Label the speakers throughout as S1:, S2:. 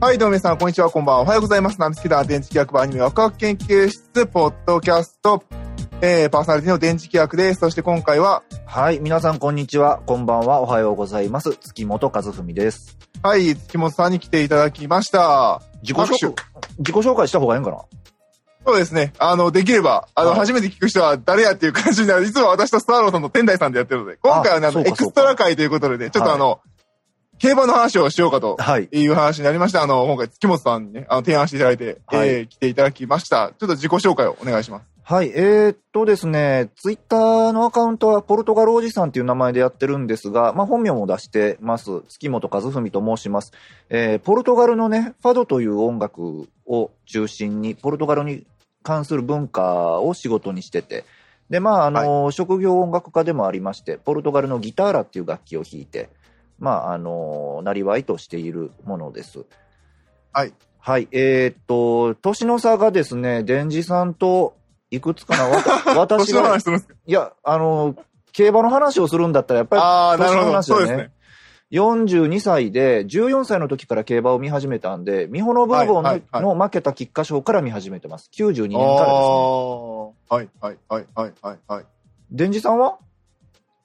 S1: はい、どうも皆さん、こんにちは、こんばんは。おはようございます。ナムスキラー電磁気学部アニメワクワク研究室、ポッドキャスト、えー、パーソナリティの電磁気学です。そして今回は、
S2: はい、皆さんこんにちは。こんばんは。おはようございます。月本和文です。
S1: はい、月本さんに来ていただきました。
S2: 自己
S1: 拍手
S2: 紹介、自己紹介した方がいいんかな
S1: そうですね。あの、できれば、あの、
S2: はい
S1: 初めて聞く人は誰やっていう感じになる。いつも私とスターローさんと天台さんでやってるので、今回はね、あの、
S2: あそう
S1: エ
S2: か
S1: ク
S2: そうか
S1: ストラ回ということでね、ちょっとあの、競馬の話をしようかと
S2: はい。
S1: いう話になりました。あの、今回月本さんにね、あの、提案していただいて、
S2: はい
S1: えー来ていただきました。ちょっと自己紹介をお願いします。
S2: はい、えー、っとですね、ツイッターのアカウントはポルトガルおじさんという名前でやってるんですが、まあ本名も出してます。月本和文と申します。えー、ポルトガルのね、ファドという音楽を中心に、ポルトガルに関する文化を仕事にしてて、で、まああの、職業音楽家でもありまして、ポルトガルのギターラっていう楽器を弾いて、まああの、なりわいとしているものです。
S1: はい。
S2: はい、えーっと、年の差がですね、電磁さんといくつかな、わた
S1: 年
S2: 私
S1: の
S2: が
S1: 話、するんですか
S2: いや、あの、競馬の話をするんだったら、やっぱ
S1: ああ、な
S2: 年
S1: る
S2: の
S1: ほど。
S2: 話
S1: そ
S2: だ
S1: う
S2: よ
S1: です
S2: ね
S1: ね。
S2: り42歳で、14歳の時から競馬を見始めたんで、ミホノブーボンの,、
S1: はいはいは
S2: 負けた菊花賞から見始めてます。92年
S1: あ
S2: からですね。
S1: あ、はい、はい、はい、はい、はい、はい。
S2: 電磁さんは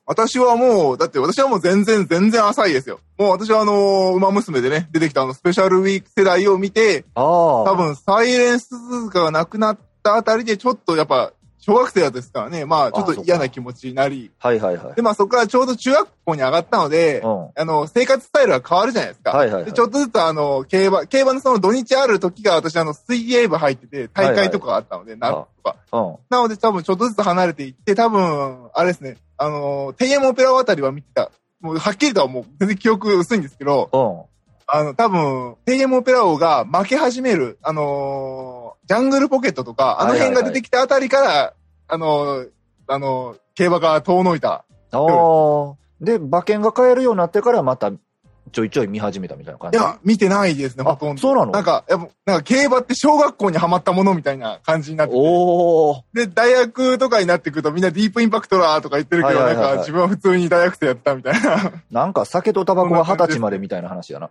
S1: 私はもう、だって私はもう全然、全然浅いですよ。もう私はあのー、馬娘でね、出てきたあの、スペシャルウィーク世代を見て、
S2: ああ。
S1: 多分、サイレンス鈴鹿がなくなったあたりで、ちょっとやっぱ、小学生だったですからね、まあ、ちょっ
S2: あー
S1: と
S2: そうか
S1: 嫌な気持ちになり、
S2: はいはいはい。
S1: で、まあそこからちょうど中学校に上がったので
S2: う、ん。は
S1: あの、生活スタイルが変わるじゃないですか。
S2: いはい、は
S1: で
S2: い
S1: ち。ょっとずつあの、競馬、競馬のその土日ある時が私あの、水泳部入ってて、大会とかがあったので、なんとか。
S2: うん。
S1: なので多分ちょっとずつ離れていって、多分、あれですね、あのー、天安門オペラあたりは見てた。もうはっきりとはもう全然記憶薄いんですけど、
S2: うん。
S1: あの、多分、天安門オペラ王が負け始める、あのージャングルポケットとか、あの辺が出てきたあたりから、あのーあのー競馬が遠のいた。
S2: ああ。で、馬券が買えるようになってから、また、ちょいちょい見始めたみたいな感
S1: い
S2: じ。
S1: や、見てないですね、ほ
S2: あ
S1: とん、ど。
S2: そうなの
S1: なんか、やっぱ、なんか競馬って小学校にはまったものみたいな感じになってて
S2: おー。
S1: で、大学とかになってくるとみんなディープインパクトだとか言ってるけど、
S2: はいはいは
S1: な
S2: いはい
S1: んか自分は普通に大学生やったみたい な。
S2: なんか酒とタバコ
S1: そんな
S2: が二
S1: 感じ
S2: 十
S1: です
S2: 歳までみたいな話やな。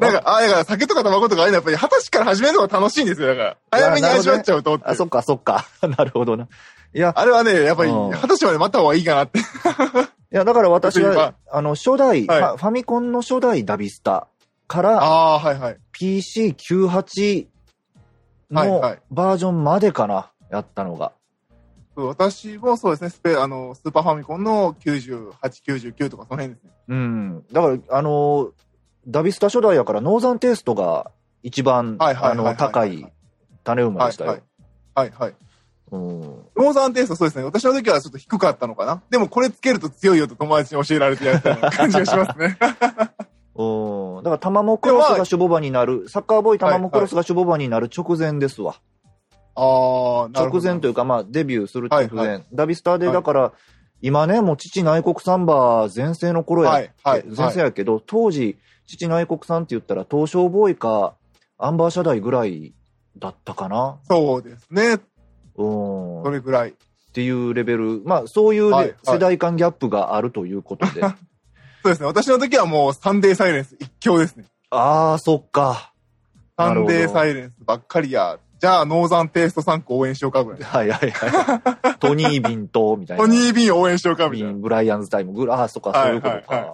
S1: なんか、ああ、だから酒とかタバコとかああいうのやっぱり二十歳から始めるのが楽しいんですよ。だから、
S2: いや
S1: 早めに味わっちゃうとっていう
S2: あ、そっかそっか。 なるほどな。いや、
S1: あれはね、やっぱり
S2: うん
S1: 二十歳まで待った方がいいかなって。
S2: いや、だから私
S1: ちょっと
S2: は、あの、初代、
S1: はい
S2: ファファミコンの初代ダビスタから
S1: ああ、はいはい。
S2: PC98
S1: はい
S2: の
S1: はい
S2: バージョンまでかな、やったのが。
S1: そう私もそうですね、スペ、あの、スーパーファミコンの98、99とかその辺ですね。
S2: うん。だから、あの、ダビスタ初代やから、ノーザンテイストが一番、
S1: はいはいは
S2: あ
S1: いはい
S2: の、高い種馬
S1: は
S2: で
S1: い
S2: した
S1: はい
S2: よ。。
S1: はいはい。
S2: うん。
S1: ノーザンテイストそうですね。私の時はちょっと低かったのかな。でもこれつけると強いよと友達に教えられてやったような感じがします ね。
S2: うん。だから、玉もクロスが守護場になる、サッカーボーイ玉もクロスが守護場になる直前ですわ。
S1: ああ、なるほど。
S2: 直前というか、まあ、デビューする直前、
S1: はいは
S2: ダビスターで、
S1: はい
S2: だから、今ね、もう父内国サンバ全盛の頃や、
S1: はいはい
S2: 前世やけど、当時、父内国さんって言ったら、東証ボーイか、アンバー社代ぐらいだったかな。
S1: そうですね。
S2: うー
S1: そ
S2: ん。っ
S1: れぐらい。
S2: ていうレベル。まあ、そういうね、
S1: はいはい
S2: 世代間ギャップがあるということ で。あ
S1: そうですね。私の時はもうサンデーサイレンス一強ですね。
S2: あ、そっか。
S1: サ
S2: なる
S1: ン
S2: ほど
S1: デーサイレンスばっかりや。じゃあ、ノーザンテイスト3個応援しようかぐらい。
S2: はいはい はい。トニー・ビンと、みたいな。
S1: トニー・ビン応援しようかみ
S2: ビ
S1: たいな。
S2: ン、ブライアンズ・タイムぐらい。ああ、そっか、そういうことか。
S1: はいはい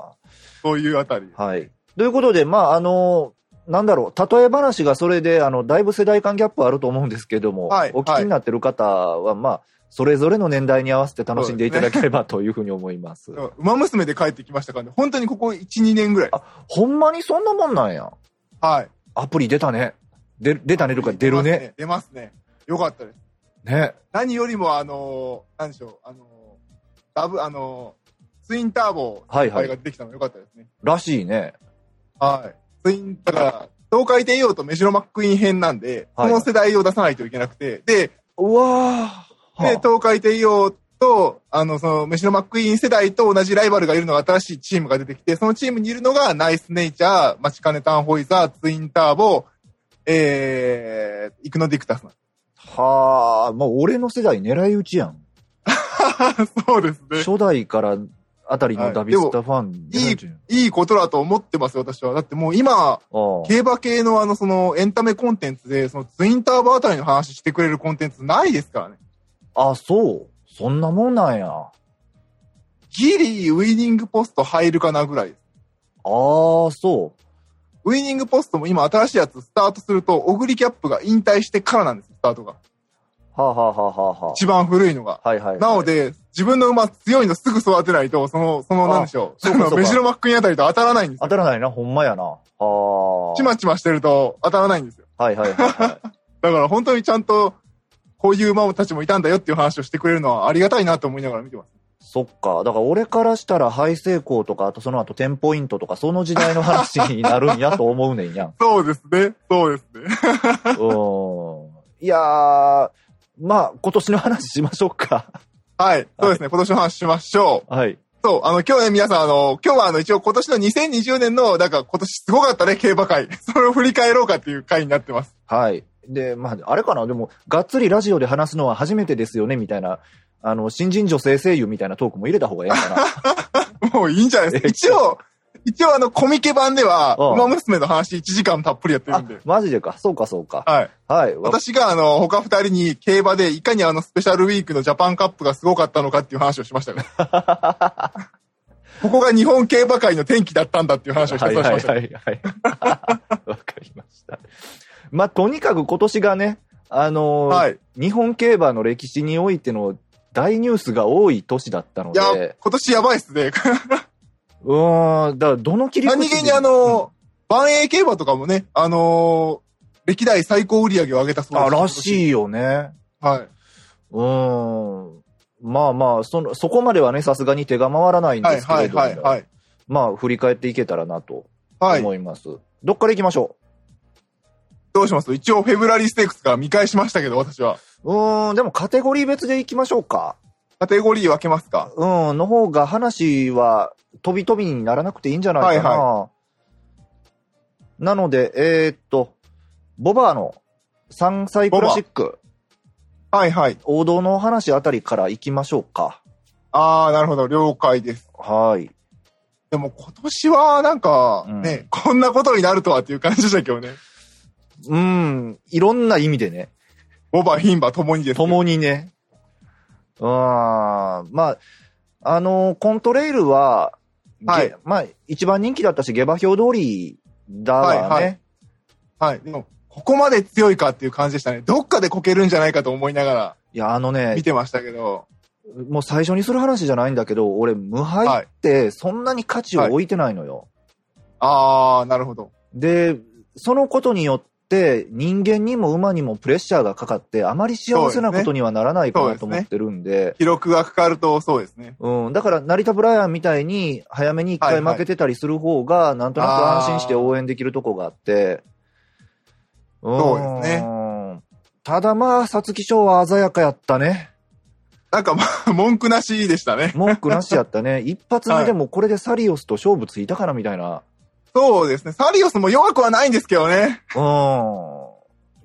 S1: そういうあたり。
S2: はい。ということで、まあ、あの、なんだろう、例え話がそれで、あの、だいぶ世代間ギャップあると思うんですけども、
S1: はい
S2: お聞きになってる方は、まあ、それぞれの年代に合わせて楽しんでいただければ というふうに思います。
S1: 馬娘で帰ってきましたからね。本当にここ1、2年ぐらい。
S2: ほんまにそんなもんなんや。
S1: はい。
S2: アプリ出たね。で出たねとか出るね。。
S1: 出ますね。よかったです。
S2: ね。
S1: 何よりも、あのー、なんでしょう、あのー、ダブ、あのー、ツインターボ、
S2: はい
S1: あ
S2: は
S1: れが
S2: い。
S1: 出てきたのよかったですね。
S2: らしいね。
S1: はい。ツイン、だから、東海帝王とメジロマックイーン編なんで、
S2: はい
S1: この世代を出さないといけなくて、で、
S2: うわー
S1: で、東海帝王と、あの、その、メシロマックイーン世代と同じライバルがいるのが新しいチームが出てきて、そのチームにいるのが、ナイスネイチャー、マチカネタンホイザー、ツインターボ、えー、イクノディクタスなんで
S2: はあ、もう俺の世代狙い撃ちやん。
S1: す。そうですね。
S2: 初代からあたりのダビスタファ
S1: は
S2: ン、
S1: いでいいことだと思ってますよ、私は。だってもう今、
S2: ああ
S1: 競馬系のあの、その、エンタメコンテンツで、その、ツインターボあたりの話してくれるコンテンツないですからね。
S2: あ、そう。そんなもんなんや。あ
S1: ギリ、ウィニングポスト入るかなぐらいです。
S2: あ、そ
S1: ウィニングポストも今新しいやつスタートすると、オグリキャップが引退してからなんです、スタートが。
S2: う。はあ、はあはあはあは
S1: 一番古いのが。
S2: あ、はいはいはい。
S1: なので、自分の馬強いのすぐ育てないと、その、その、
S2: あ
S1: なんでしょう。
S2: そうかそうか
S1: のメジロマックにあたりと当たらないんです
S2: 当
S1: よ。
S2: たらないな、ほんまやな。はあ。
S1: ちまちましてると当たらないんですよ。
S2: はいはいはいはい。
S1: だから本当にちゃんと、こういう馬たちもいたんだよっていう話をしてくれるのはありがたいなと思いながら見てます。
S2: そっか。だから俺からしたら、ハイ成功とか、あとその後10ポイントとか、その時代の話になるんやと思うね んやん。
S1: そうですね。そうですね。
S2: うん。いやー、まあ、今年の話しましょうか。
S1: はい。そうですね。今年の話しましょう。
S2: はい。
S1: そう、あの、今日ね、皆さん、あの、今日はあの、一応今年の2020年の、なんか今年すごかったね、競馬会。 それを振り返ろうかっていう回になってます。
S2: はい。で、まあ、あれかな、でも、がっつりラジオで話すのは初めてですよね、みたいな、あの、新人女性声優みたいなトークも入れた方がい いかな。
S1: もういいんじゃないですか。一応、一応あの、コミケ版では、
S2: うん
S1: 馬娘の話1時間たっぷりやってる
S2: あ
S1: んで。
S2: マジでか。そうか、そうか。
S1: はい。
S2: はい。わ
S1: 私があの、他二人に競馬でいかにあの、スペシャルウィークのジャパンカップがすごかったのかっていう話をしました ね。ここが日本競馬界の転機だったんだっていう話を一つ
S2: はい
S1: しました
S2: はい
S1: ね。
S2: はいはい。わかりました。まあ、とにかく今年がね、あのー
S1: はい
S2: 日本競馬の歴史においての大ニュースが多い年だったの
S1: いや、
S2: で、
S1: 今年やばいっすね。
S2: うーん、だからどの切り口で
S1: 何気にあの、万栄競馬とかもね、あのー歴代最高売り上げを上げたそう
S2: あ、ら
S1: い。
S2: しいよね。
S1: は
S2: うーん。まあまあ、その、そこまではね、さすがに手が回らない
S1: い。
S2: ん
S1: は
S2: で
S1: い、
S2: すけ
S1: は
S2: れ
S1: い、
S2: ども、
S1: はい、はい。
S2: まあ、振り返っていけたらなと
S1: はい。
S2: 思います。どっから行きましょ
S1: どうします一応、フェブラリーステークスから見返しましたけど、私は。
S2: う。うーん、でもカテゴリー別で行きましょうか。
S1: カテゴリー分けますか
S2: うん、の方が話は飛び飛びにならなくていいんじゃないかな。
S1: はい
S2: なので、えーっと、ボバーの3歳クラシック、
S1: はい、はい。
S2: 王道の話あたりから行きましょうか。
S1: あー、なるほど。了解です。
S2: はい。
S1: でも、今年は、なんか、ね、
S2: う
S1: こんなことになるとはっていう感じでしたけどね。
S2: うん、いろんな意味 でね、
S1: ボバ、ヒンバともにですよ。
S2: 共にね。うん、まあ、あの、コントレイルは、げ
S1: はい
S2: まあ、一番人気だったし、下馬評通りだわね。
S1: はいはいはい。でも、ここまで強いかっていう感じでしたね。どっかでこけるんじゃないかと思いなが
S2: いや、あのね
S1: ら見、てましたけど。
S2: もう最初にする話じゃないんだけど、俺、無敗ってそんなに価値を置いてないのよ。
S1: あー、なるほど。
S2: で、そのことによって、人間にも馬にもプレッシャーがかかって、あまり幸せなことにはならないかなと
S1: そうですね
S2: 思ってるんで、
S1: 記録がかかると、そうですね。
S2: うん、だから、成田ブライアンみたいに、早めに一
S1: は
S2: 回
S1: いはい
S2: 負けてたりする方が、なんとなく安心して応援できるとこがあって、うん
S1: そうです
S2: ただまあ、皐月賞は鮮やかやったね。
S1: なんか、まあ、 文句なしでしたね。
S2: 文句なしやっ たね。一発目でもこれでサリオスと勝負ついたからみたいな。
S1: そうですね。サリオスも弱くはないんですけどね。
S2: うん。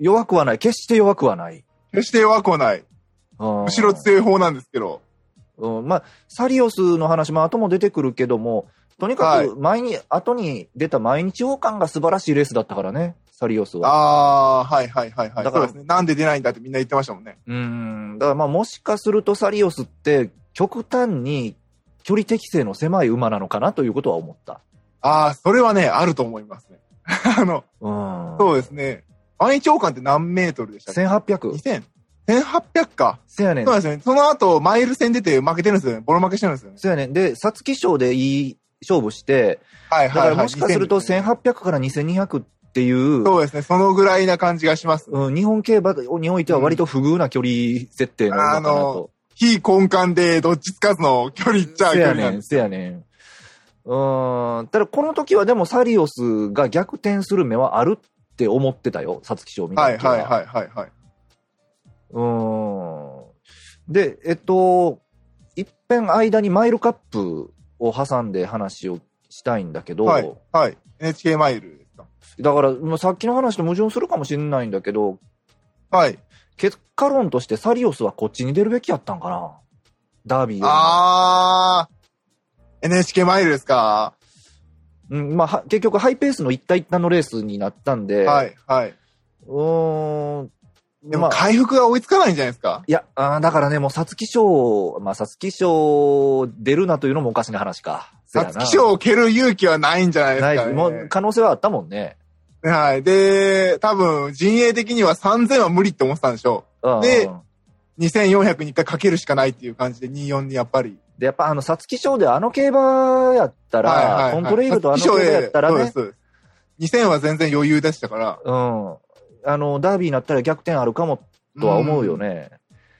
S2: 弱くはない。決して弱くはない。
S1: 決して弱くはない。
S2: うん
S1: 後ろ強い方なんですけど。
S2: うん。まあ、サリオスの話も後も出てくるけども、とにか
S1: はい
S2: く前に、後に出た毎日王冠が素晴らしいレースだったからね、サリオスは。
S1: ああ、はいはいはいはい。だ
S2: だか
S1: かららですね。なんで出ないんだってみんな言ってましたもんね。
S2: うん。だからまあもしかするとサリオスって極端に距離適性の狭い馬なのかなということは思った。
S1: ああ、それはね、あると思いますね。 あの、
S2: うん。
S1: そうですね。万一王冠って何メートルでしたっけ
S2: 1800。
S1: ?2000。1800か。
S2: せやねん
S1: そう。なんですよね。その後、マイル戦出て負けてるんですよね。ボロ負けしてるんですよね。
S2: せやねん。で、皐月賞でいい勝負して、
S1: はいはい
S2: だか
S1: はい。
S2: らもしかすると
S1: 2000ですね
S2: 1800から2200っていう、
S1: そうですね。そのぐらいな感じがします。
S2: うん、日本競馬においては割と不遇な距離設定の馬かなと。
S1: 非根幹でどっちつかずの距離っちゃ
S2: せ
S1: 距
S2: や
S1: 離なん
S2: ね
S1: で
S2: ん、
S1: す。
S2: せやねん。うーん。ただこの時はでもサリオスが逆転する目はあるって思ってたよ、皐月賞見た
S1: はい
S2: 時は。
S1: はいはいはいはい。
S2: うーん。で、えっと、一遍間にマイルカップを挟んで話をしたいんだけど、
S1: はい。はい。NHK マイルですか。
S2: だから、まあさっきの話と矛盾するかもしれないんだけど、
S1: はい。
S2: 結果論としてサリオスはこっちに出るべきやったんかなダービーよりも
S1: あ NHK マイルですか、
S2: うんまあ、は結局ハイペースの一体一体のレースになったんで、
S1: はい、はい。
S2: うーん。
S1: で
S2: ま
S1: も
S2: あ
S1: 回復が追いつかないんじゃないですか
S2: いや、あーだからね、もう、皐月賞、まあ、皐月賞出るなというのもおかしな話か。せや
S1: 皐
S2: な
S1: 月賞を蹴る勇気はないんじゃないですか、
S2: ない
S1: ね。
S2: です。もう、可能性はあったもんね。
S1: はい。で、多分、陣営的には3000は無理って思ってたんでしょ
S2: うん
S1: でう。2400に一回かけるしかないっていう感じで、24にやっぱり。
S2: で、やっぱあの、皐月賞であの競馬やったら、コントレイルとあの競馬やったら
S1: そうで
S2: ね
S1: す、そうです。2000は全然余裕でしたから。
S2: うん。あの、ダービーになったら逆転あるかもとは思うよ
S1: ね。
S2: ね。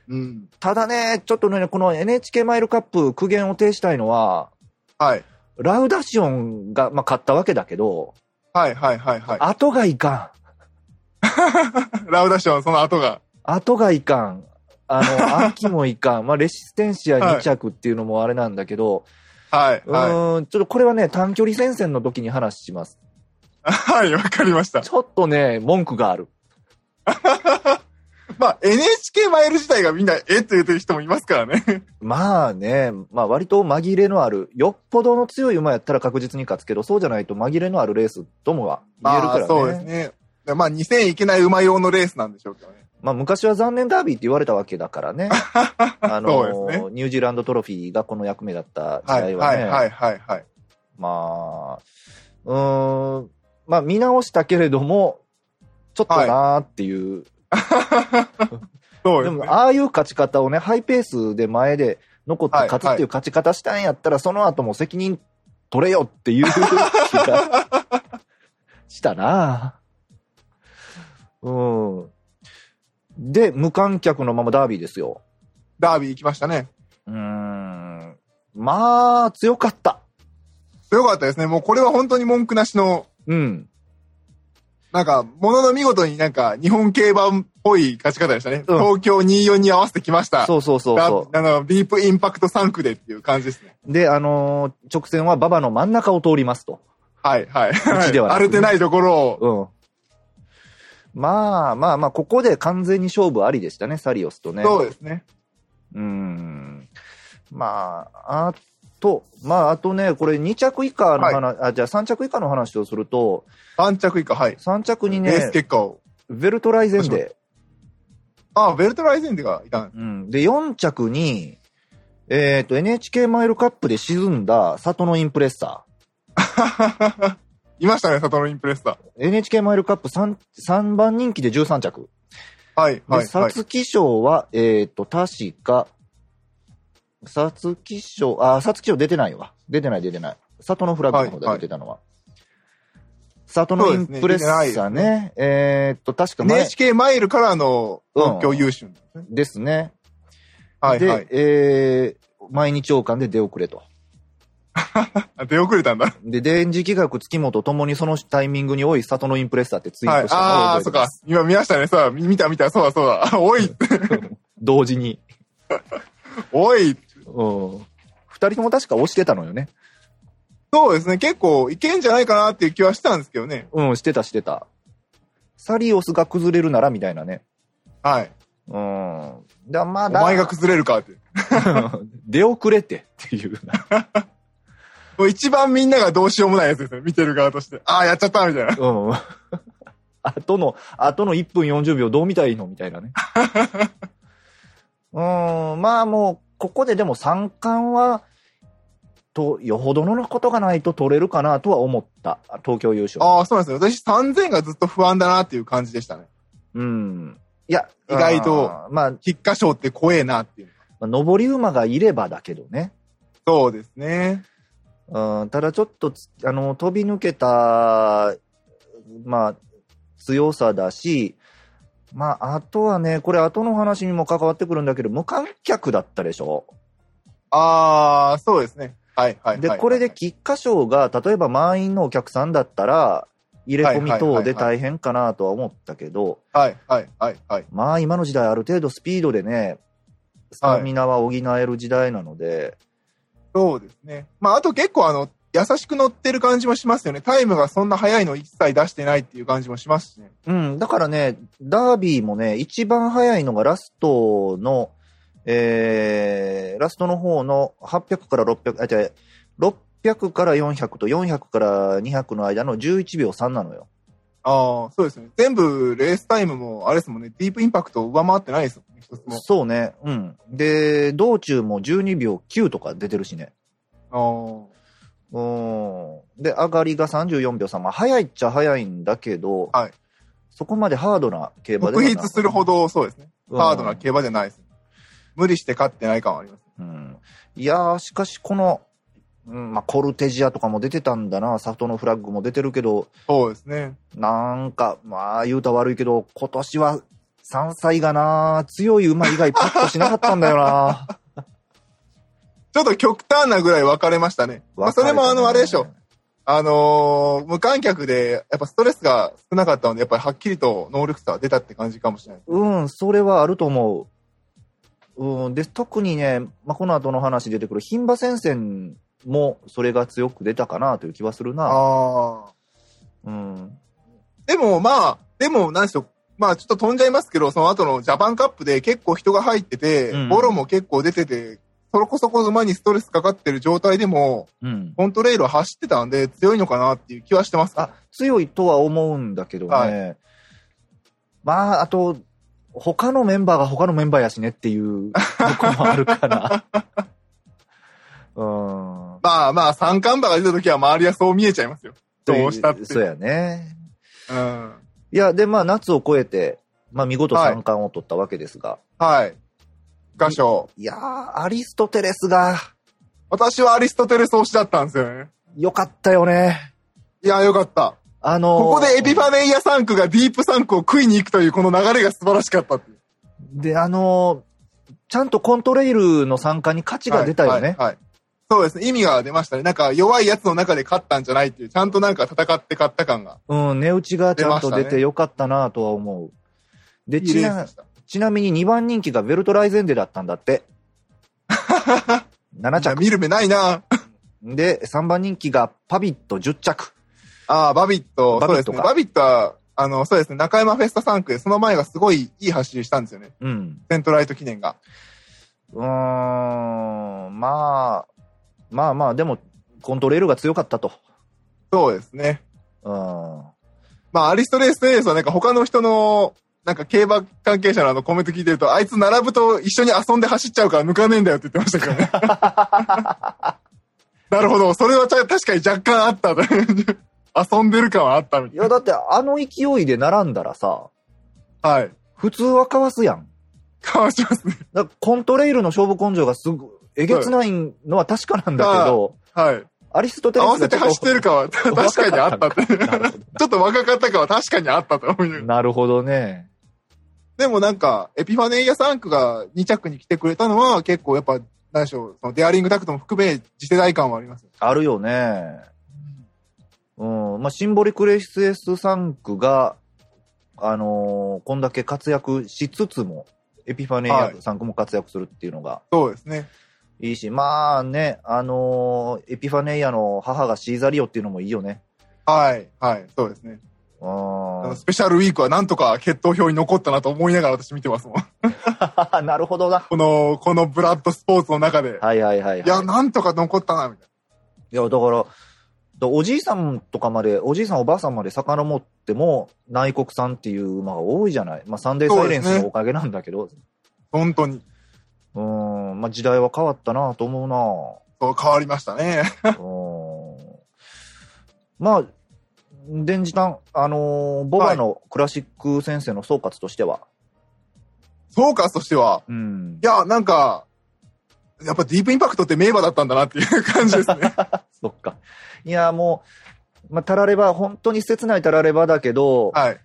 S1: うん。
S2: ただね、ちょっとね、この NHK マイルカップ苦言を呈したいのは、
S1: はい。
S2: ラウダシオンが、まあ、勝ったわけだけど、
S1: はいはいはいはい。
S2: 後がいかん。
S1: ラウダ賞のその後が。
S2: 後がいかん。あの、 秋もいかん。まあ、レシステンシア2着っていうのもあれなんだけど、
S1: はいは
S2: うーん、ちょっとこれはね、短距離戦線の時に話します。
S1: い。はい、わかりました。
S2: ちょっとね、文句がある。
S1: まあ、NHK マイル自体がみんな、えって言ってる人もいますから ね。
S2: まあね、まあ割と紛れのある、よっぽどの強い馬やったら確実に勝つけど、そうじゃないと紛れのあるレースともは言えるからね。
S1: まあそうですね。でまあ、2000いけない馬用のレースなんでしょうけどね。
S2: まあ昔は残念ダービーって言われたわけだから ね。あ
S1: そう
S2: の、
S1: ですね
S2: ニュージーランドトロフィーがこの役目だった時
S1: はい
S2: 代は
S1: は
S2: ね。
S1: いはいはいはい。
S2: まあ、うーん、まあ見直したけれども、ちょっとなーっていう。
S1: そうで
S2: です
S1: ね
S2: も、。ああいう勝ち方をね、ハイペースで前で残って
S1: はい
S2: 勝つっていう勝ち方したんやったら、その後も責任取れよっていう気が したなうん。で、無観客のままダービーですよ。
S1: ダービー行きましたね。
S2: うーん。まあ、強かった。
S1: よかったですね。もうこれは本当に文句なしの、
S2: うん。
S1: なんか、ものの見事になんか、日本競馬っぽい勝ち方でしたね。
S2: うん
S1: 東京24に合わせてきました。
S2: そうそうそうそ
S1: ダあの、ディープインパクト3区でっていう感じですね。
S2: う。で、あのー直線は馬場の真ん中を通りますと。
S1: はい、はい。
S2: ちではな く
S1: 荒れてないところを。
S2: うん。まあまあまあ、ここで完全に勝負ありでしたね、サリオスとね。
S1: そうですね。
S2: うーんまあ、あと、まあ、あとね、これ2着以下の話、あ、じゃあ3着以下の話をすると、
S1: 3着以下、はい。
S2: 3着に
S1: レース
S2: ね、
S1: 結果を。
S2: ベルトライゼンデ、
S1: あ、ベルトライゼンデがいたんです。
S2: うん、で、4着に、えっ、と、NHK マイルカップで沈んだ里のインプレッサー。
S1: いましたね、サトノインプレッサ
S2: NHK マイルカップ 3, 3番人気で13着。
S1: ー。はい、
S2: で、
S1: はい、
S2: 皐
S1: はい。
S2: 月賞は、えっ、と、確か、皐月賞、あ、皐月賞出てないわ。出てない、出てない。里のフラッグの方
S1: は
S2: だ、
S1: いはい
S2: 出てたのは。里のインプレッサ
S1: そ
S2: ー
S1: う
S2: ね。えっと、確か前
S1: NHK マイルからの
S2: うん
S1: 東京優勝。
S2: ですね。
S1: はい、
S2: で、
S1: はい。
S2: えー、毎日王冠で出遅れと。
S1: あ出遅れたんだ。は
S2: で、電磁気学月本ともにそのタイミングに多い里のインプレッサーってツイー
S1: い
S2: ト。したの
S1: あ
S2: を
S1: あ、そっ
S2: 覚え
S1: て
S2: ま
S1: か
S2: す。。
S1: 今見ましたね。さあ、見見た見た。そうだそうだ。 お い、
S2: 同時に。
S1: おい。
S2: うん。二人とも確か押してたのよね。
S1: そうですね。結構いけんじゃないかなっていう気はしたんですけどね。
S2: うん、してたしてた。サリオスが崩れるならみたいなね。
S1: はい。
S2: うん。だまあ、
S1: お
S2: だ
S1: 前が崩れるかって。
S2: 出遅れてっていう。
S1: もう一番みんながどうしようもないやつですね。見てる側として。ああ、やっちゃったみたいな。
S2: うん。あとの、あとの1分40秒どう見たらいいのみた いなね。うん、まあもう、ここででも三冠は、と、よほどのことがないと取れるかなとは思った。東京優勝。
S1: ああ、そうなんですよ。私3000がずっと不安だなっていう感じでしたね。
S2: うん。いや、
S1: 意外と
S2: あーまあ、ま
S1: 菊花賞って怖えなっていう。
S2: あ、上り馬がいればだけどね。
S1: そうですね。
S2: うん、ただちょっとつあの飛び抜けた、まあ、強さだし、まあ、あとはね、これ後の話にも関わってくるんだけど、無観客だったでしょ。
S1: ああ、そうですね。はいはいはい。
S2: で、これで菊花賞が、例えば満員のお客さんだったら、入れ込み等で大変かなとは思ったけど、
S1: はいはいはいはい。
S2: まあ今の時代ある程度スピードでね、スタミナは補える時代なので、
S1: そうですね。まあ、あと結構あの、優しく乗ってる感じもしますよね。タイムがそんな速いの一切出してないっていう感じもしますしね。
S2: うん、だからね、ダービーもね、一番早いのがラストの、えー、ラストの方の800から600、あ、違う、 600から400と400から200の間の11秒3なのよ。
S1: ああ、そうですね。全部レースタイムも、あれですもんね、ディープインパクトを上回ってないですもんね、一つも。
S2: そうね。うん。で、道中も12秒9とか出てるしね。
S1: あ
S2: うん。で、上がりが34秒3。まあ、早いっちゃ早いんだけど、
S1: はい
S2: そこまでハードな競
S1: あ
S2: 馬では
S1: 特
S2: な
S1: 筆するほど、そうですね。
S2: うん
S1: ハードな競馬じゃないです、無理して勝ってない感はあります。
S2: うんいやー、しかしこの、うんまあ、コルテジアとかも出てたんだな、サフトのフラッグも出てるけど、
S1: そうですね。
S2: なんか、まあ、言うたら悪いけど、今年は3歳がな、強い馬以外パッとしなかったんだよな。
S1: ちょっと極端なぐらい分かれましたね。 まあ、それもあの、あれでしょ。。あのー無観客で、やっぱストレスが少なかったので、やっぱりはっきりと能力差は出たって感じかもしれない。
S2: うん、それはあると思う。うん、で、特にね、まあ、この後の話出てくる牝馬戦線も、それが強く出たかなという気はするな。
S1: ああ。
S2: うん。
S1: でもまあ、でもなんでしょう。まあちょっと飛んじゃいますけど、その後のジャパンカップで結構人が入ってて、
S2: うん
S1: ボロも結構出てて、そこそこ馬にストレスかかってる状態でも、
S2: うん。
S1: コントレイルを走ってたんで強いのかなっていう気はしてますけど
S2: あ、強いとは思うんだけどね。
S1: は
S2: まあ、あと、他のメンバーが他のメンバーやしねって いうとこもあるか な。うん。
S1: まあまあ三冠馬が出た時は周りはそう見えちゃいますよ。どうしたって。
S2: そうやね。
S1: うん。
S2: いや、で、まあ、夏を越えて、まあ、見事三冠を取ったわけですが。
S1: はい。画賞。
S2: い、やー、アリストテレスが
S1: 私はアリストテレス推しだったんですよね。
S2: 良かったよね。
S1: いや、よかった。
S2: あのー
S1: ここでエピファメイア3区がディープ3区を食いに行くというこの流れが素晴らしかったっていう。
S2: で、あのーちゃんとコントレイルの参加に価値が出た
S1: は
S2: よね。
S1: いはいはいそうですね。意味が出ましたね。なんか弱いやつの中で勝ったんじゃないっていう、ちゃんとなんか戦って勝った感が。
S2: うん、値打ちがちゃんと出
S1: 出ました
S2: て
S1: ね
S2: よかったなとは思う。で、
S1: いい
S2: ち
S1: レース
S2: な
S1: で、した。
S2: ちなみに2番人気がベルトライゼンデだったん だって。7
S1: じゃあ
S2: 着。
S1: 見る目ないな。
S2: で、3番人気がパビット10着。
S1: ああ、バビット。
S2: バ
S1: そ
S2: ビ
S1: うで
S2: ット
S1: す
S2: か
S1: ね。バビットは、あの、そうですね。中山フェスタ3区で、その前がすごいいい走りしたんですよね。
S2: うん。
S1: セントライト記念が。
S2: うーん、まあ、まあまあ、でも、コントレイルが強かったと。
S1: そうですね。
S2: うん。
S1: まあ、アリストレースエースはなんか他の人の、なんか競馬関係者のあのコメント聞いてると、あいつ並ぶと一緒に遊んで走っちゃうから抜かねえんだよって言ってましたからね。なるほど。それはちゃ確かに若干あった。遊んでる感はあったみ
S2: い
S1: たい
S2: や、だって、あの勢いで並んだらさ、
S1: な。はい。
S2: 普通はかわすやん。
S1: かわしますね。
S2: だからコントレイルの勝負根性がすごい、えげつないのは確かなんだけど、
S1: はい。
S2: アリストテレ
S1: 合
S2: ス
S1: わせて走ってるかは、 確かにあったって。
S2: なるほ
S1: ちょっと若かったかは確かにあったと思いなが
S2: ど。
S1: ら
S2: なるほどね。
S1: でもなんか、エピファネイア3区が2着に来てくれたのは、結構やっぱ、何でしょう、そのデアリングタクトも含め、次世代感はあります。
S2: あるよね。うん。まあ、シンボリクレイスエス3区が、あのーこんだけ活躍しつつも、エピファネイア
S1: はい
S2: 3区も活躍するっていうのが
S1: そうですね。
S2: いいし、まあね、あのーエピファネイアの母がシーザリオっていうのもいいよね。
S1: はい、はい、そうですね。
S2: うん。
S1: あのスペシャルウィークはなんとか決闘表に残ったなと思いながら私見てますもん。
S2: なるほどな。
S1: この、このブラッドスポーツの中で。
S2: はいはいはい、はい。
S1: いや、なんとか残ったな、みたい
S2: いや、だから、だおじいさんとかまで、おじいさんおばあさんまで遡っても、内国産っていう馬が多いじゃない。まあ、サンデーサイレン
S1: そうで
S2: ス
S1: す
S2: の
S1: ね
S2: おかげなんだけど、う,、
S1: な。本当に。
S2: ーん、まあ、時代は変わったなと思
S1: そう、変わりましたね。
S2: うなうーん。まあ、電磁単、あのーボバのクラシック先生の総括としては、
S1: 総括としては、
S2: うん
S1: い。や、なんか、やっぱディープインパクトって名馬だったんだなっていう感じですね。
S2: そっか。いや、もう、まあ、たられば、本当に切ないたらればだけど、
S1: はい。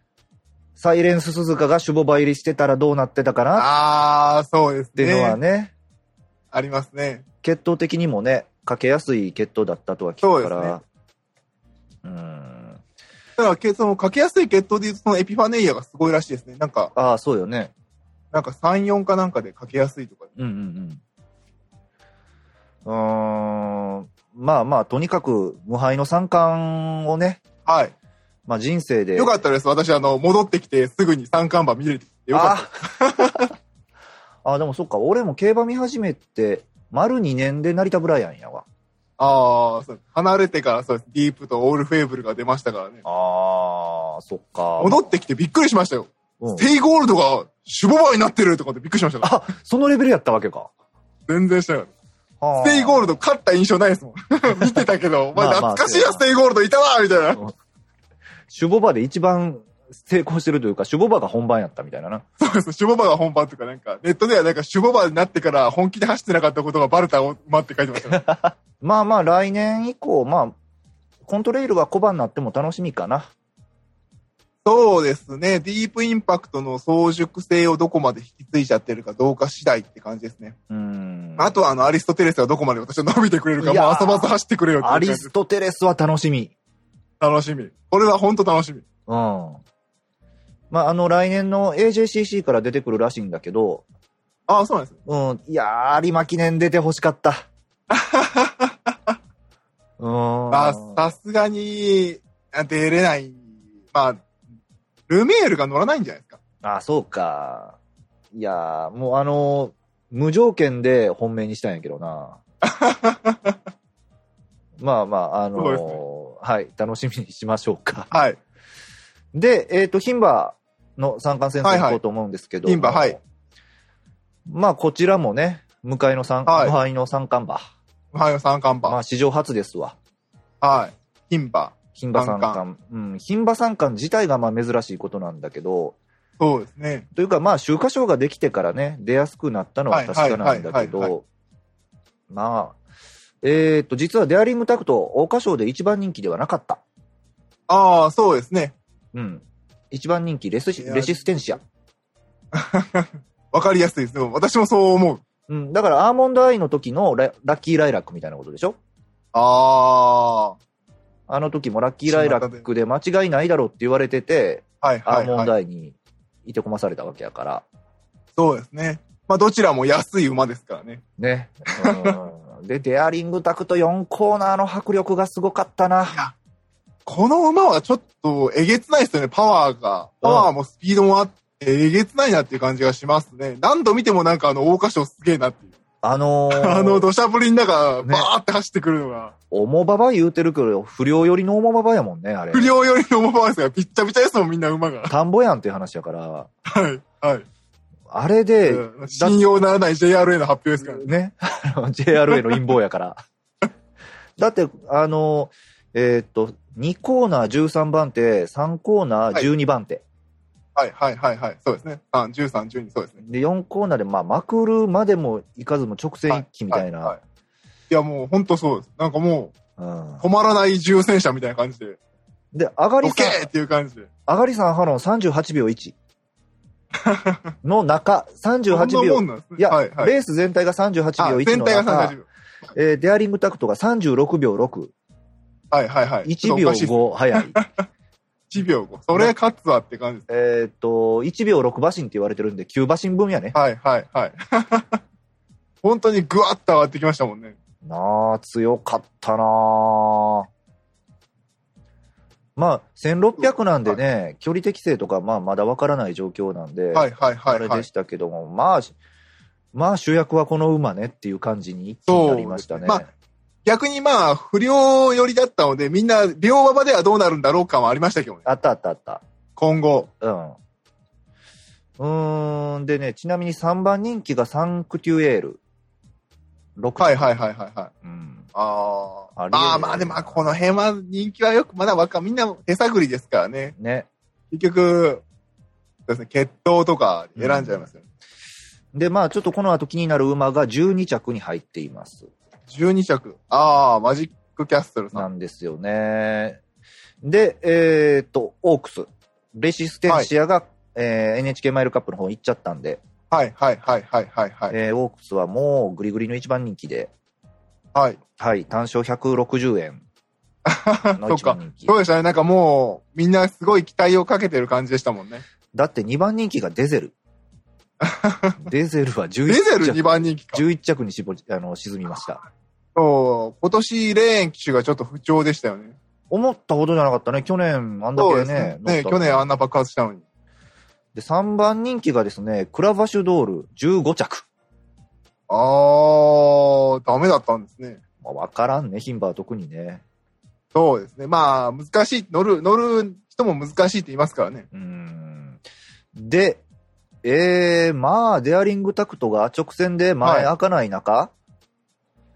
S2: サイレンス鈴鹿が守護場入りしてたらどうなってたかなっ
S1: あー、そうです
S2: ていうのは
S1: ね。
S2: ね
S1: ありますね。
S2: 血統的にもね、かけやすい血統だったとは聞くから。うーん。
S1: だからけ、その、かけやすい血統で言うと、そのエピファネイアがすごいらしいですね。なんか、
S2: ああ、そうよね。
S1: なんか3、4かなんかでかけやすいとか。
S2: うんうんうん。うーん。まあまあ、とにかく無敗の三冠をね、
S1: はい。
S2: まあ人生で。
S1: よかったです。私、あの、戻ってきて、すぐに三冠馬見れてよかった。
S2: ああ、でもそっか、俺も競馬見始めて、丸2年で成田ブライアンやわ。
S1: あああ、そう離れてからそうです。ディープとオールフェーブルが出ましたからね。
S2: あー、そっか。
S1: 戻ってきてびっくりしましたよ。
S2: うん
S1: ステイゴールドがシュボバになってるとかってびっくりしましたから。
S2: あ、そのレベルやったわけか。
S1: 全然してなかった。
S2: ス
S1: ステイゴー
S2: ル
S1: ルド勝った印象ないですもん。 見てたけど、ま
S2: まあ
S1: あ
S2: まあ
S1: 懐かしいや
S2: そう
S1: ステイゴールドいたわみたいな。
S2: シュボバで一番成功してるというか、シュボバが本番やったみたいなな。
S1: そうです。シュボバが本番とか、なんか、ネットではなんかシュボバになってから本気で走ってなかったことがバルタを待って書いてました ね。
S2: まあまあ、来年以降、まあ、コントレイルは小判になっても楽しみかな。
S1: そうですね。ディープインパクトの早熟性をどこまで引き継いじゃってるかどうか次第って感じですね。
S2: うーん。
S1: あとはあの、アリストテレスがどこまで私は伸びてくれるか、
S2: いやー
S1: もう遊ばず走ってくれよって
S2: ア
S1: 感じ
S2: リ
S1: です
S2: ス。トテレスは楽しみ。
S1: 楽しみ。これは本当楽しみ。
S2: うん。まあ、あの、来年の AJCC から出てくるらしいんだけど、
S1: ああ、そうなんです。
S2: うん、いやー、有馬記念出てほしかった。 うーん。
S1: まあ、さすがに、あ出れない。まあ、ルメールが乗らないんじゃないですか。
S2: あ、そうか。いやー、もうあのー無条件で本命にしたんやけ どな。まあまあ、あのー
S1: そうです
S2: はい、楽しみにしましょうか。
S1: はい。
S2: で、えっ、と、牝馬の三冠戦争に行こうと思うんですけど。
S1: はいはい牝馬はい。
S2: まあ、こちらもね、向かいの三、
S1: はい
S2: 無敗の三冠馬。
S1: はい、三冠
S2: ま
S1: 馬。
S2: あ、史上初ですわ。
S1: はい。牝馬。
S2: 牝馬三冠。うん、牝馬三冠自体がまあ珍しいことなんだけど、
S1: そうですね。
S2: というか、まあ、秋華賞ができてからね、出やすくなったのは確かなんだ
S1: は
S2: け
S1: いはいはいはいは
S2: ど、まあ、えっ、と、実はデアリングタクト、桜花賞で一番人気ではなかった。
S1: ああ、そうですね。
S2: うん。一番人気レスシ、
S1: デアリン
S2: レシステンシア。
S1: わかりやすいです。でも私もそう思う。
S2: うん。だから、アーモンドアイの時のララッキーライラックみたいなことでしょ
S1: あ
S2: あの時もラッキーライラックで間違いないだろうって言われてて、
S1: あ、はい
S2: ア
S1: は
S2: ー
S1: い、
S2: モン
S1: は
S2: ド
S1: い。
S2: アイにいてこまされたわけやから。
S1: そうですね。まあ、どちらも安い馬ですからね。
S2: ね。うんで、デアリングタクト4コーナーの迫力がすごかったな。
S1: この馬はちょっとえげつないですよね、パワーが。パワーもスピードもあって、えげつないなっていう感じがしますね。何度見てもなんかあの、桜花賞すげえなっていう。
S2: あのー、
S1: あの、土砂降りの中、
S2: ね
S1: バーって走ってくるのが、
S2: 重ばば言うてるけど、不良寄りの重ばばやもんね、あれ
S1: 不。良よりの馬場ですが、びっちゃびちゃですもん、みんな馬が。
S2: 田んぼやんっていう話やから、
S1: はい、はい。
S2: あれで、
S1: うん信用ならない JRA の発表ですからね。
S2: ね、あの JRA の陰謀 やから。だって、あの、えーっと、2コーナー13番手、3コーナー12番手。
S1: はい、はい、はい、はい。そうですね。3、13、12、そうですね。
S2: で、4コーナーで、まあ、まくるまでもいかずも直線一気みたいな。
S1: はははいいや、もう本当そうです。なんかも
S2: うん
S1: う、止まらない重戦車みたいな感じで、
S2: で、上がり
S1: オッケ
S2: さん、
S1: ーっていう感じで。
S2: 上がりさんハロン38秒1 の中、
S1: そ
S2: 38
S1: んなも
S2: 秒。
S1: んなんですね。
S2: いや、
S1: はい、はい。
S2: レース全体が38
S1: あ
S2: 秒1
S1: 全
S2: の
S1: 体が
S2: 中、
S1: 38秒。
S2: えーデアリングタクトが36秒6、
S1: はい、はい、はい。
S2: 1秒
S1: 5。
S2: 5 早い。
S1: 1秒5。それ勝つわって感じです。
S2: えーっと、1秒6馬身って言われてるんで、9馬身分やね。
S1: はい、はい、はい。 本当にグワッと上がってきましたもんね。
S2: なあ、強かったなあ。まあ、1600なんでね、距離適正とか、まあ、まだわからない状況なんで、
S1: はい、はい、は
S2: あ
S1: い、
S2: れ
S1: は
S2: で
S1: い。
S2: したけども、まあ、まあ、主役はこの馬ねっていう感じに一気になりましたね。
S1: そうですね逆にまあ、不良寄りだったので、みんな、両馬場ではどうなるんだろう感はありましたけどね。
S2: あったあったあった。
S1: 今後。
S2: うん。うーん、でね、ちなみに3番人気がサンクテュエール。6
S1: はい、はい、はい、はい、はい。
S2: うん。
S1: あ
S2: あ
S1: あ。
S2: りえない
S1: まあまあ、でも、この辺は人気はよく、まだ若、みんな手探りですからね。
S2: ね。
S1: 結局、そうですね、決闘とか選んじゃいますよね。
S2: で、まあ、ちょっとこの後気になる馬が12着に入っています。
S1: 12着。ああ、マジックキャッスルさん。
S2: なんですよね。で、えーっと、オークス。レシステンシアが、えー NHK マイルカップの方行っちゃったんで、
S1: はい、はい、はい、はい、はい、はい。
S2: えーオークスはもうグリグリの一番人気で、
S1: はい。
S2: はい、単勝160円の
S1: そっ
S2: 一番
S1: か。
S2: 人気
S1: そ。うでしたね。なんかもう、みんなすごい期待をかけてる感じでしたもんね。
S2: だって2番人気がデ ゼル。デゼルは
S1: デゼル
S2: 11
S1: 2
S2: 着
S1: 番人気か。
S2: 11着に絞りあの沈みました。
S1: そう、今年レーン騎手がちょっと不調でしたよね。
S2: 思ったほどじゃなかったね。去年、あんだ
S1: そう
S2: け
S1: です
S2: ね
S1: ね。。
S2: 乗っ
S1: ね
S2: た
S1: 去年あんな爆発したのに。
S2: で、3番人気がですね、クラバシュドール15着。
S1: ああ、ダメだったんですね。
S2: まあ、わからんね、牝馬は特にね。
S1: そうですね。まあ、難しい。乗る、乗る人も難しいって言いますからね。
S2: うーん。で、えー、まあ、デアリングタクトが直線で前開かない中、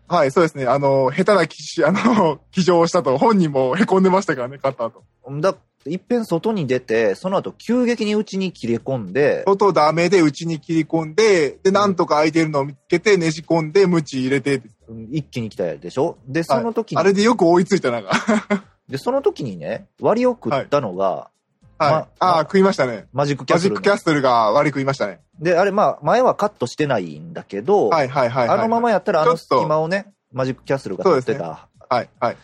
S1: はい、そうですね。あの、下手な騎士、あの、 騎乗をしたと、本人も凹んでましたからね、勝った後。
S2: だいっぺん外に出て、その後急激に内に切れ込んで、
S1: 外ダメで内に切り込んで、で、なんとか空いてるのを見つけて、ねじ込んで、ムチ入れて、
S2: 一気に来たでしょで、その時に、
S1: あれでよく追いついた、なんか。
S2: で、その時にね、割を食ったのが、
S1: はい。あ
S2: まま
S1: あ、食いましたね。
S2: マジックキャ
S1: マ
S2: ッス
S1: ジッ
S2: ル
S1: ク
S2: の
S1: キャッスルが悪い食いましたね。
S2: で、あれ、まあ、前はカットしてないんだけど、
S1: はいはいはい、はい。
S2: あのままやったら、あ
S1: ちょ
S2: の
S1: っと
S2: 隙間をね、マジックキャッスルが取ってた。で
S1: はいはい。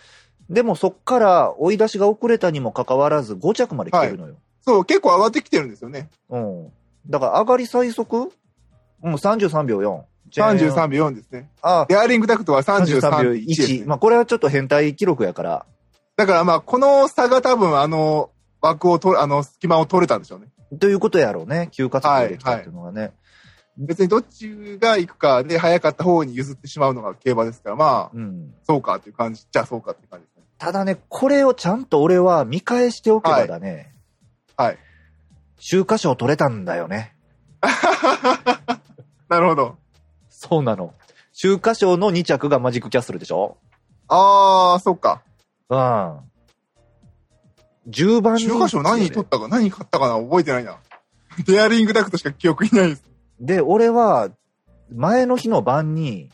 S2: も、そっから追い出しが遅れたにもかかわらず、5着まで来てるのよ。
S1: そう、結構上がってきてるんですよね。
S2: うん。だから、上がり最速うん、33秒4。
S1: 33秒4ですね。
S2: あ、
S1: デアリングタクトは
S2: 33
S1: 33秒
S2: 秒1
S1: 1です、ね。
S2: まあ、これはちょっと変態記録やから、
S1: だからまあ、この差が多分、あの、枠を取る、あの、隙間を取れたんでしょうね。
S2: ということやろうね。急活躍できたっていうのがね。
S1: 別にどっちが行くかで、早かった方に譲ってしまうのが競馬ですから、まあ、
S2: うん。
S1: そうかっていう感じ、じゃあそうかっていう感じですね。
S2: ただね、これをちゃんと俺は見返しておけばだね。
S1: はい。
S2: 週刊賞取れたんだよね。
S1: なるほど。
S2: そうなの。週刊賞の2着がマジックキャッスルでしょ
S1: あー、そうか。
S2: うん。10番人気
S1: 中華賞何取ったか、何買ったかな覚えてないな。デアリングダクトしか記憶にないです。
S2: で、俺は、前の日の晩に、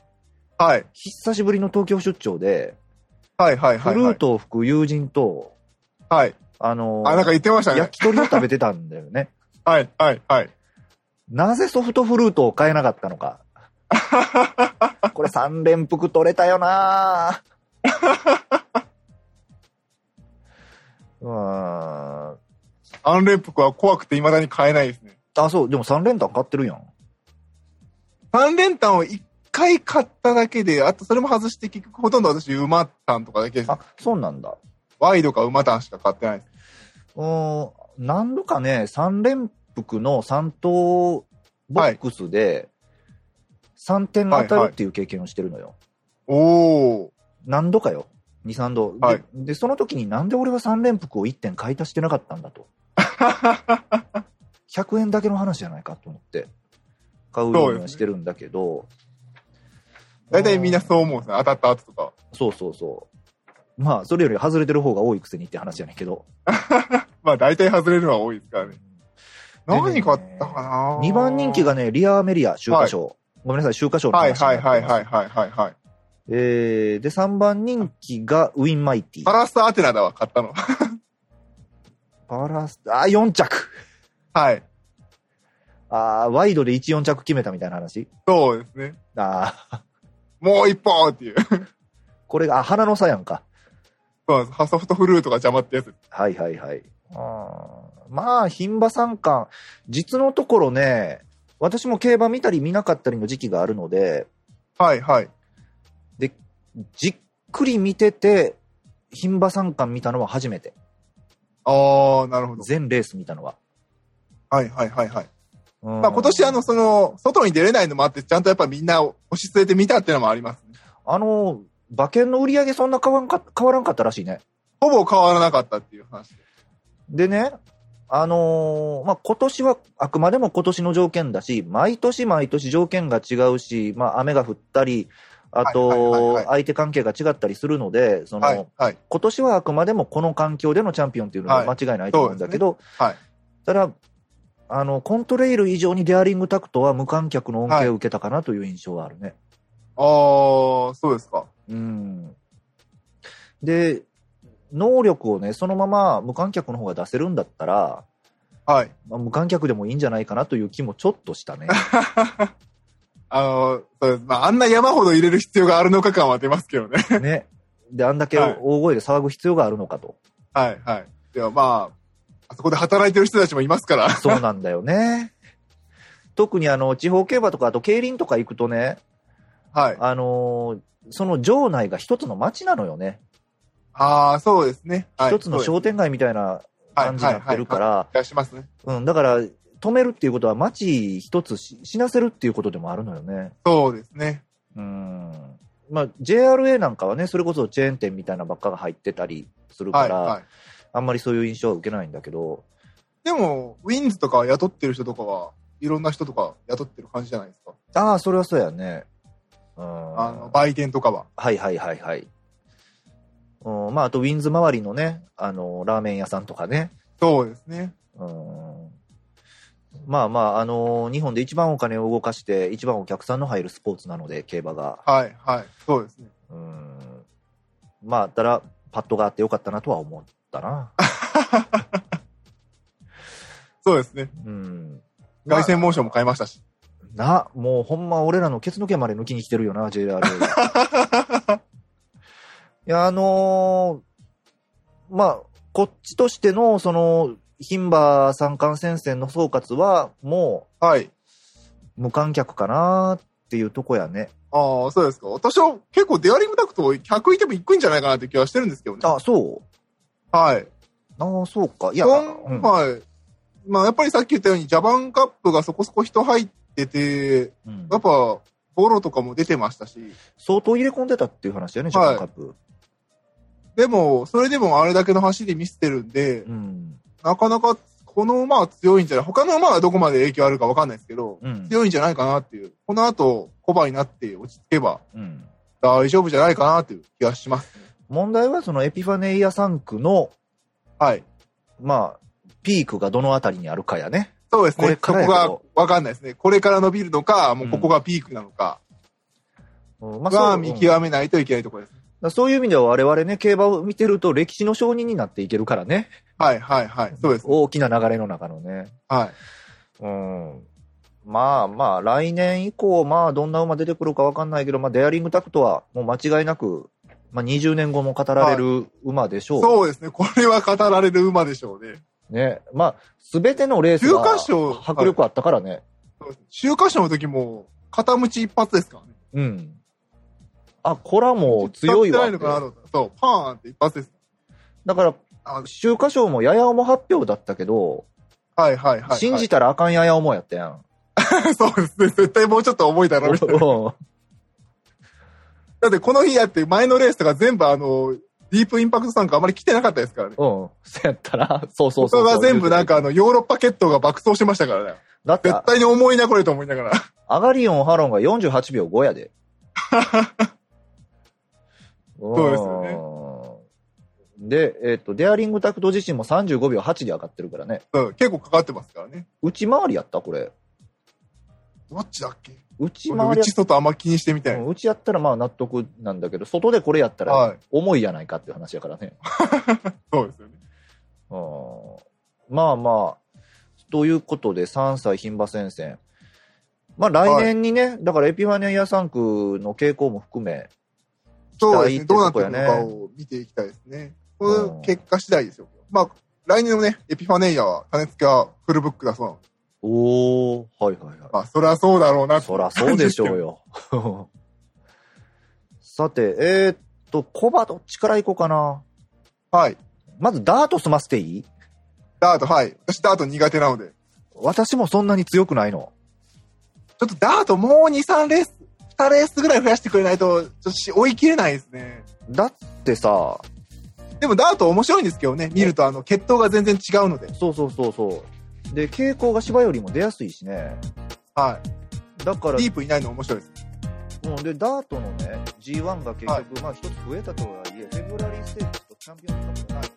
S1: はい。
S2: 久しぶりの東京出張で、
S1: はいはい
S2: フ
S1: はい、
S2: ル
S1: は
S2: ー
S1: い。
S2: トを吹く友人と、
S1: はい。
S2: あのー
S1: あ、なんか言ってましたね。
S2: 焼き鳥を食べてたんだよね。
S1: はいはいはい。
S2: なぜソフトフルートを買えなかったのか。これ3連複取れたよなぁうーん。
S1: アンレンプクは怖くて未だに買えないですね。
S2: あ、そう、でも3連単買ってるやん。
S1: 三連単を一回買っただけで、あとそれも外して結局ほとんど私馬単とかだけです
S2: あ。、そうなんだ。
S1: ワイドか馬単しか買ってないです。
S2: うーん、何度かね、3連複の3等ボックスで、3点当たるっていう経験をしてるのよ。
S1: おー。
S2: 何度かよ。2、3度。で、
S1: はい
S2: でその時になんで俺は3連複を1点買い足してなかった んだと。100円だけの話じゃないかと思って、買うようにはしてるんだけど。
S1: 大体みんなそう思うんですね。当たった後とかは。
S2: そうそうそう。まあ、それより外れてる方が多いくせにって話じゃないけど。
S1: まあ大体外れるのは多いですからね。
S2: でね
S1: 何買ったかな
S2: 2番人気がね、リアーメリア、秋華賞。ごめんなさい、秋華賞の
S1: はい
S2: 話にな
S1: は
S2: っ
S1: い
S2: てます
S1: はいはいはいはいはい。
S2: えー、で、3番人気がウィンマイティ。
S1: パラスアテナだわ、買ったの。
S2: パラス、あー、4着。
S1: はい。
S2: あー、ワイドで1、4着決めたみたいな話。
S1: そうですね。
S2: あー、
S1: もう一本っていう。
S2: これが、あ、花の差やんか。
S1: そうなんです。ハソフトフルートが邪魔ってやつ。
S2: はいはいはい。あーまあ、牝馬三冠、実のところね、私も競馬見たり見なかったりの時期があるので、
S1: はいはい。
S2: じっくり見てて、牝馬三冠見たのは初めて。
S1: あー、なるほど。
S2: 全レース見たのは。
S1: はいはいはいはい。
S2: ま
S1: まあ今年あの、、その、外に出れないのもあって、ちゃんとやっぱみんな押し据えてみたっていうのもありますね。
S2: あの、馬券の売り上げそんな変わんか変わらんかったらしいね。
S1: ほぼ変わらなかったっていう話。
S2: でね、あのーまあ、今年は、あくまでも今年の条件だし、毎年毎年条件が違うし、まあ、雨が降ったり、あ
S1: はいはいはい
S2: と
S1: は、い
S2: 相手関係が違ったりするので、その、
S1: はいはい。
S2: 今年はあくまでもこの環境でのチャンピオンっていうのは間違いないと思うんだけど、
S1: はいそうで
S2: ただ、あの、コントレイル以上にデアリングタクトは無観客の恩恵を受けたかなという印象はあるね。
S1: あー、そうですか。
S2: うん。で、能力をね、そのまま無観客の方が出せるんだったら、
S1: はい。
S2: まあ、無観客でもいいんじゃないかなという気もちょっとし たね。
S1: あの、そうです。まああんな山ほど入れる必要があるのか感は出ますけどね。
S2: ね。で、あんだけ
S1: はい
S2: 大声で騒ぐ必要があるの かと。
S1: はいはい。ではまあ、あそこで働いてる人たちもいますから。
S2: そうなんだよね。特にあの、地方競馬とか、あと競輪とか行くとね、
S1: はい。
S2: あのーその場内が一つの街なのよね。
S1: ああ、そうですね。はい、
S2: 一つの商店街みたいな感じになってるか
S1: はいはいはい
S2: ら、
S1: はい出しますね。
S2: うん、だから、止めるっていうことは街一つし死なせるっていうことでもあるのよね。
S1: そうですね。
S2: うん。まあ、JRA なんかはね、それこそチェーン店みたいなばっかが入ってたりするか
S1: はい、
S2: ら、
S1: はい。
S2: あんまりそういう印象は受けないんだけど、
S1: でも、ウィンズとか雇ってる人とかは、いろんな人とか雇ってる感じじゃないですか。
S2: ああ、それはそうやね。うん。
S1: あの、売店とかは。
S2: はいはいはいはい。うん、まあ、あと、ウィンズ周りのね、あの、ラーメン屋さんとかね。
S1: そうですね。
S2: うん。まあまあ、あの、日本で一番お金を動かして、一番お客さんの入るスポーツなので、競馬が。
S1: はい、はい。そうですね。
S2: うん。まあ、たら、パッドがあってよかったなとは思ったな。
S1: そうですね。
S2: うん。
S1: 凱旋モーションも買いましたし。
S2: な、もうほんま俺らのケツの毛まで抜きに来てるよな、JRA が。いや、あのーまあ、こっちとしての、その、牝馬三冠戦線の総括は、も
S1: はい。
S2: う、無観客かなっていうとこやね。
S1: ああ、そうですか。私は結構デアリングダクト100いても行くんじゃないかなって気はしてるんですけどね。
S2: あ、そう
S1: はい。
S2: ああ、そうか。いや、う
S1: 今
S2: ん
S1: 回、まあやっぱりさっき言ったようにジャパンカップがそこそこ人入ってて、
S2: うん
S1: やっぱボロとかも出てましたし、
S2: 相当入れ込んでたっていう話だよね、ジャパンカップ。
S1: でも、それでもあれだけの走り見せてるんで、
S2: うん。
S1: なかなかこの馬は強いんじゃない他の馬はどこまで影響あるかわかんないですけど、
S2: うん。
S1: 強いんじゃないかなっていう。この後、コバになって落ち着けば
S2: うん。
S1: 大丈夫じゃないかなっていう気がします。
S2: 問題は、そのエピファネイア3区の、
S1: はい。
S2: まあ、ピークがどのあたりにあるかやね。
S1: そうです
S2: これ
S1: ね。
S2: からやけ
S1: そ
S2: ど
S1: こがわかんないですね。これから伸びるのか、もうここがピークなのか、
S2: うんま
S1: が
S2: あそう
S1: 見
S2: うんだか
S1: 極めないといけないところです。
S2: らそういう意味では我々ね、競馬を見てると歴史の証人になっていけるからね。
S1: はいはいはい。そうです。
S2: 大きな流れの中のね。
S1: はい。
S2: うん。まあまあ、来年以降、まあどんな馬出てくるかわかんないけど、まあデアリングタクトはもう間違いなく、まあ20年後も語られる馬でしょう。
S1: そうですね。これは語られる馬でしょうね。
S2: ね。まあ、すべてのレースが
S1: 週刊誌を
S2: 迫力あったからね。
S1: 週刊誌の時も、片鞭一発ですからね。
S2: うん。あ、こらもう強い
S1: 使っ
S2: わ
S1: てないのかなと思ったらそう、パーンって一発です。
S2: だから、
S1: あ
S2: 週刊賞もやや重発表だったけど、
S1: はいはいはい、はい。
S2: 信じたらあかんやや重やったやん。
S1: そうですね。絶対もうちょっと重いだろう みたいな。
S2: うん
S1: だってこの日やって前のレースとか全部あの、ディープインパクトさんがあまり来てなかったですからね。
S2: うん。そうやったら、 そうそう
S1: そ
S2: そう
S1: れ
S2: そう。
S1: は全部なんかあの、ヨーロッパ決闘が爆走してましたからね。
S2: だって
S1: 絶、対に重いなこれと思いながら。
S2: アガリオン・ハロンが48秒5やで。
S1: うですよね
S2: うんで、えっ、と、デアリングタクト自身も35秒8で上がってるからね。
S1: そう結構かかってますからね。
S2: 内回りやったこれ。
S1: どっちだっけ
S2: 内
S1: 俺
S2: 回りや
S1: 内外あんま気にしてみたい
S2: うん内やったらまあ納得なんだけど、外でこれやった
S1: な。は
S2: ら
S1: い。
S2: 重いやないかっていう話やからね。
S1: そうですよね。
S2: うんまあまあ、ということで、3歳牝馬戦線。まあ来年にね、だからエピファニア3区の傾向も含め、
S1: そうですね。
S2: 期
S1: どうな
S2: 待っ
S1: ってていく
S2: とこ
S1: の
S2: やね
S1: かを見ていきたいですね。こ
S2: うん
S1: の結果次第ですよ。まあ、来年のね、エピファネイアは種付けはフルブックだそうなので。
S2: おー、はいはいは。
S1: まあ、そりゃそうだろうない
S2: そらそうでしょう
S1: よ。
S2: よ。さて、えー、っと、コバどっちから行こうかな。
S1: はい。
S2: まずダート済ませていい
S1: ダート、はい。私ダート苦手なので。
S2: 私もそんなに強くないの。
S1: ちょっとダートもう2、3レース、2レースぐらい増やしてくれないと、ちょっとし追い切れないですね。
S2: だってさ、
S1: でもダート面白いんですけどね。見ると、あの、血統が全然違うので。
S2: そうそうそうそう。で、傾向が芝よりも出やすいしね。
S1: は
S2: だから
S1: い。ディープいないの面白いです。
S2: うん、で、ダートのね、G1 が結局、
S1: はい
S2: まあ一つ増えたとはいえ、フェブラリーステージとチャンピオンズカップがない。